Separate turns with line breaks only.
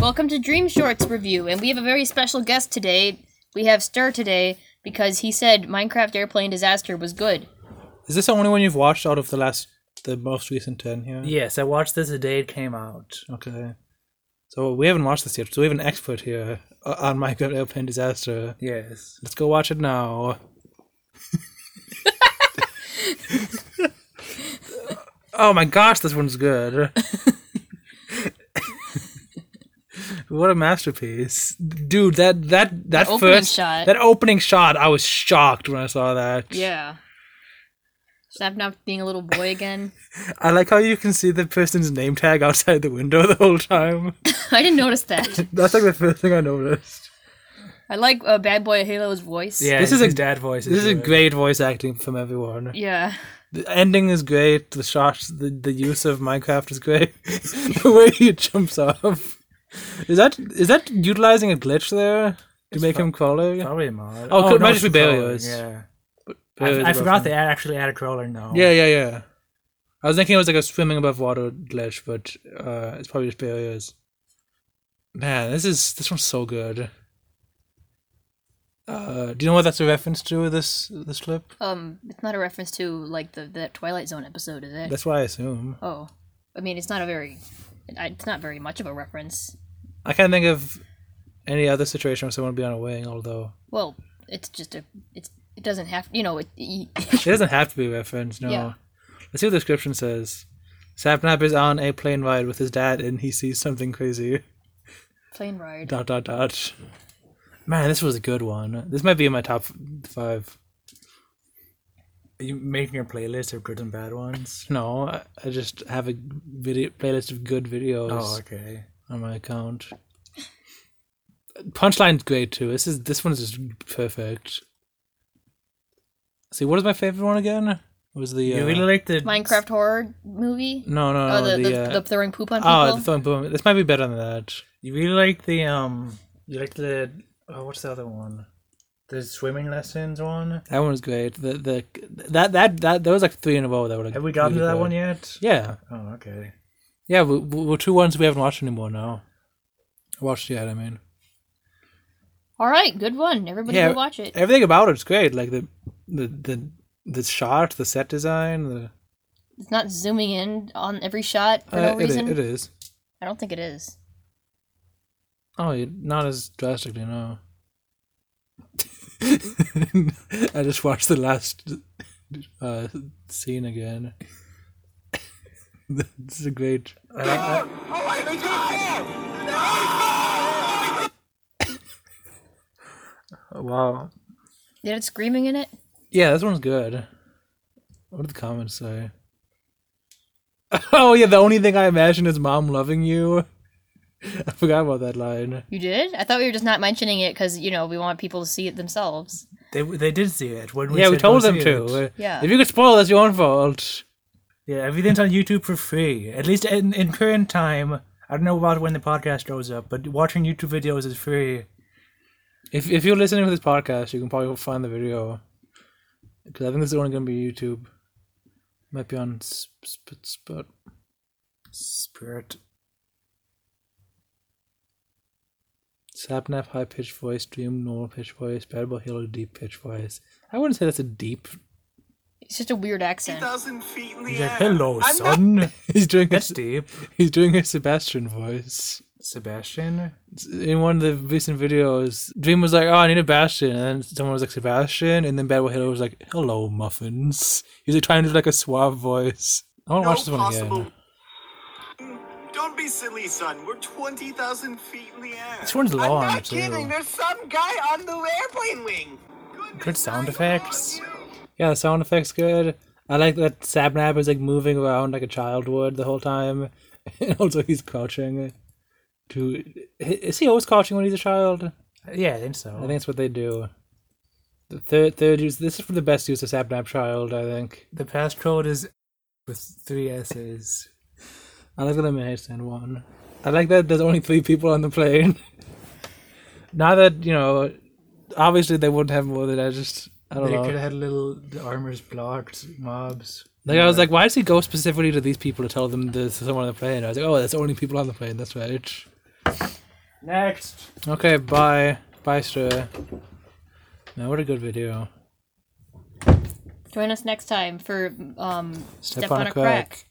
Welcome to Dream Shorts review, and we have a very special guest today. We have Stir today because he said Minecraft Airplane Disaster was good.
Is this the only one you've watched out of the last, the most recent ten? Yeah.
Yes, I watched this the day it came out.
Okay. So we haven't watched this yet. So we have an expert here uh, on Minecraft Airplane Disaster.
Yes.
Let's go watch it now. oh my gosh, this one's good. what a masterpiece, dude! That that that
opening
first
shot.
that opening shot, I was shocked when I saw that.
Yeah. Snapnap being a little boy again.
I like how you can see the person's name tag outside the window the whole time.
I didn't notice that.
That's like the first thing I noticed.
I like uh, Bad Boy Halo's voice.
Yeah.
This
This
is
is
a-
his dad voice.
This is
good.
great voice acting from everyone.
Yeah.
The ending is great. The shots, the, the use of Minecraft is great. the way he jumps off. Is that is that utilizing a glitch there to make him crawler?
Probably a mod.
Oh, could- might
it's
just be
crawling,
barriers.
Yeah.
Barriers
I, I
above
forgot
him.
they add, actually added crawler now.
Yeah, yeah, yeah. I was thinking it was like a swimming above water glitch, but uh, it's probably just barriers. Man, this is this one's so good. Uh, do you know what that's a reference to? This this clip.
Um, it's not a reference to like the that Twilight Zone episode, is it?
That's what I assume.
oh, I mean, it's not a very, it's not very much of a reference.
I can't think of any other situation where someone would be on a wing. Although
Well, it's just a, it's it doesn't have, you know, it. e-
it doesn't have to be referenced. No.
Yeah.
Let's see what the description says. Sapnap is on a plane ride with his dad, and he sees something crazy.
plane ride.
dot dot dot. Man, this was a good one. This might be in my top f- five.
Are you making a playlist of good and bad ones?
No, I, I just have a video playlist of good videos
Oh, okay.
on my account. Punchline's great too. This is this one's just perfect. See, what is my favorite one again? It was the uh,
You really like the
Minecraft horror movie.
no no no
Oh, the,
the,
the,
uh,
the throwing poop on people.
oh the phone boom. This might be better than that.
You really like the um. You like the oh, what's the other one? The swimming lessons one.
That one was great. The the that that that there was like three in a row that were like
Have we gotten
really
to that
good.
one yet?
Yeah.
Oh, okay.
Yeah, we- we- we're two ones we haven't watched anymore now. Watched yet? I mean,
All right, good one. Everybody
Yeah. eh,
go watch it.
everything about it's great. Like the the the the shot, the set design. The
It's not zooming in on every shot for
uh,
no
it,
reason.
it is.
I don't think it is.
Oh, you- not as drastically, no. I just watched the last uh, scene again. this is a great.
I like that. Wow.
Did it screaming in it?
Yeah, this one's good. What did the comments say? Oh yeah, the only thing I imagine is mom loving you. I forgot about that line.
You did? I thought we were just not mentioning it because you know we want people to see it themselves.
They they did see it when we
yeah, we
said go
told them
see
to.
it.
Yeah.
If you could spoil, that's your own fault.
Yeah, everything's on YouTube for free. At least in, in current time. I don't know about when the podcast goes up, but watching YouTube videos is free.
If if you're listening to this podcast, you can probably find the video. Because I think this is only going to be YouTube. Might be on Sp- Sp- Spot.
Spirit.
Sapnap high pitch voice, Dream normal pitch voice, Bad Boy Halo deep pitch voice. I wouldn't say that's a deep.
It's just a weird accent.
thousand feet in the
He's like,
air.
hello,
I'm not-
son.
He's doing
That's
his,
deep.
he's doing his Sebastian voice.
Sebastian.
in one of the recent videos, Dream was like, "Oh, I need a Bastion," and then someone was like, "Sebastian," and then Bad Boy Halo was like, "Hello, muffins." He's like trying to do like a suave voice. I want to
No
watch this one again.
possible- Don't be silly, son. We're 20,000 feet in the air.
This one's long,
I'm not
too.
kidding. There's some guy on the airplane wing.
Good sound effects.
Yeah, the sound effects good. I like that Sabnap is like moving around like a child would the whole time, and also he's crouching. To is he always crouching when he's a child?
Yeah, I think so.
I think that's what they do. The third third use. This is for the best use of Sabnap child, I think.
the passcode is with three S's.
I like that I'm in one. I like that there's only three people on the plane. now that, you know, obviously they wouldn't have more than I just, I don't
They
know.
could have had little the armors blocked mobs.
Like, I was like, why does he go specifically to these people to tell them there's someone on the plane? I was like, oh, that's only people on the plane, that's right.
Next.
Okay, bye. Bye, Stir. Now, what a good video.
Join us next time for um,
Step, on, a crack.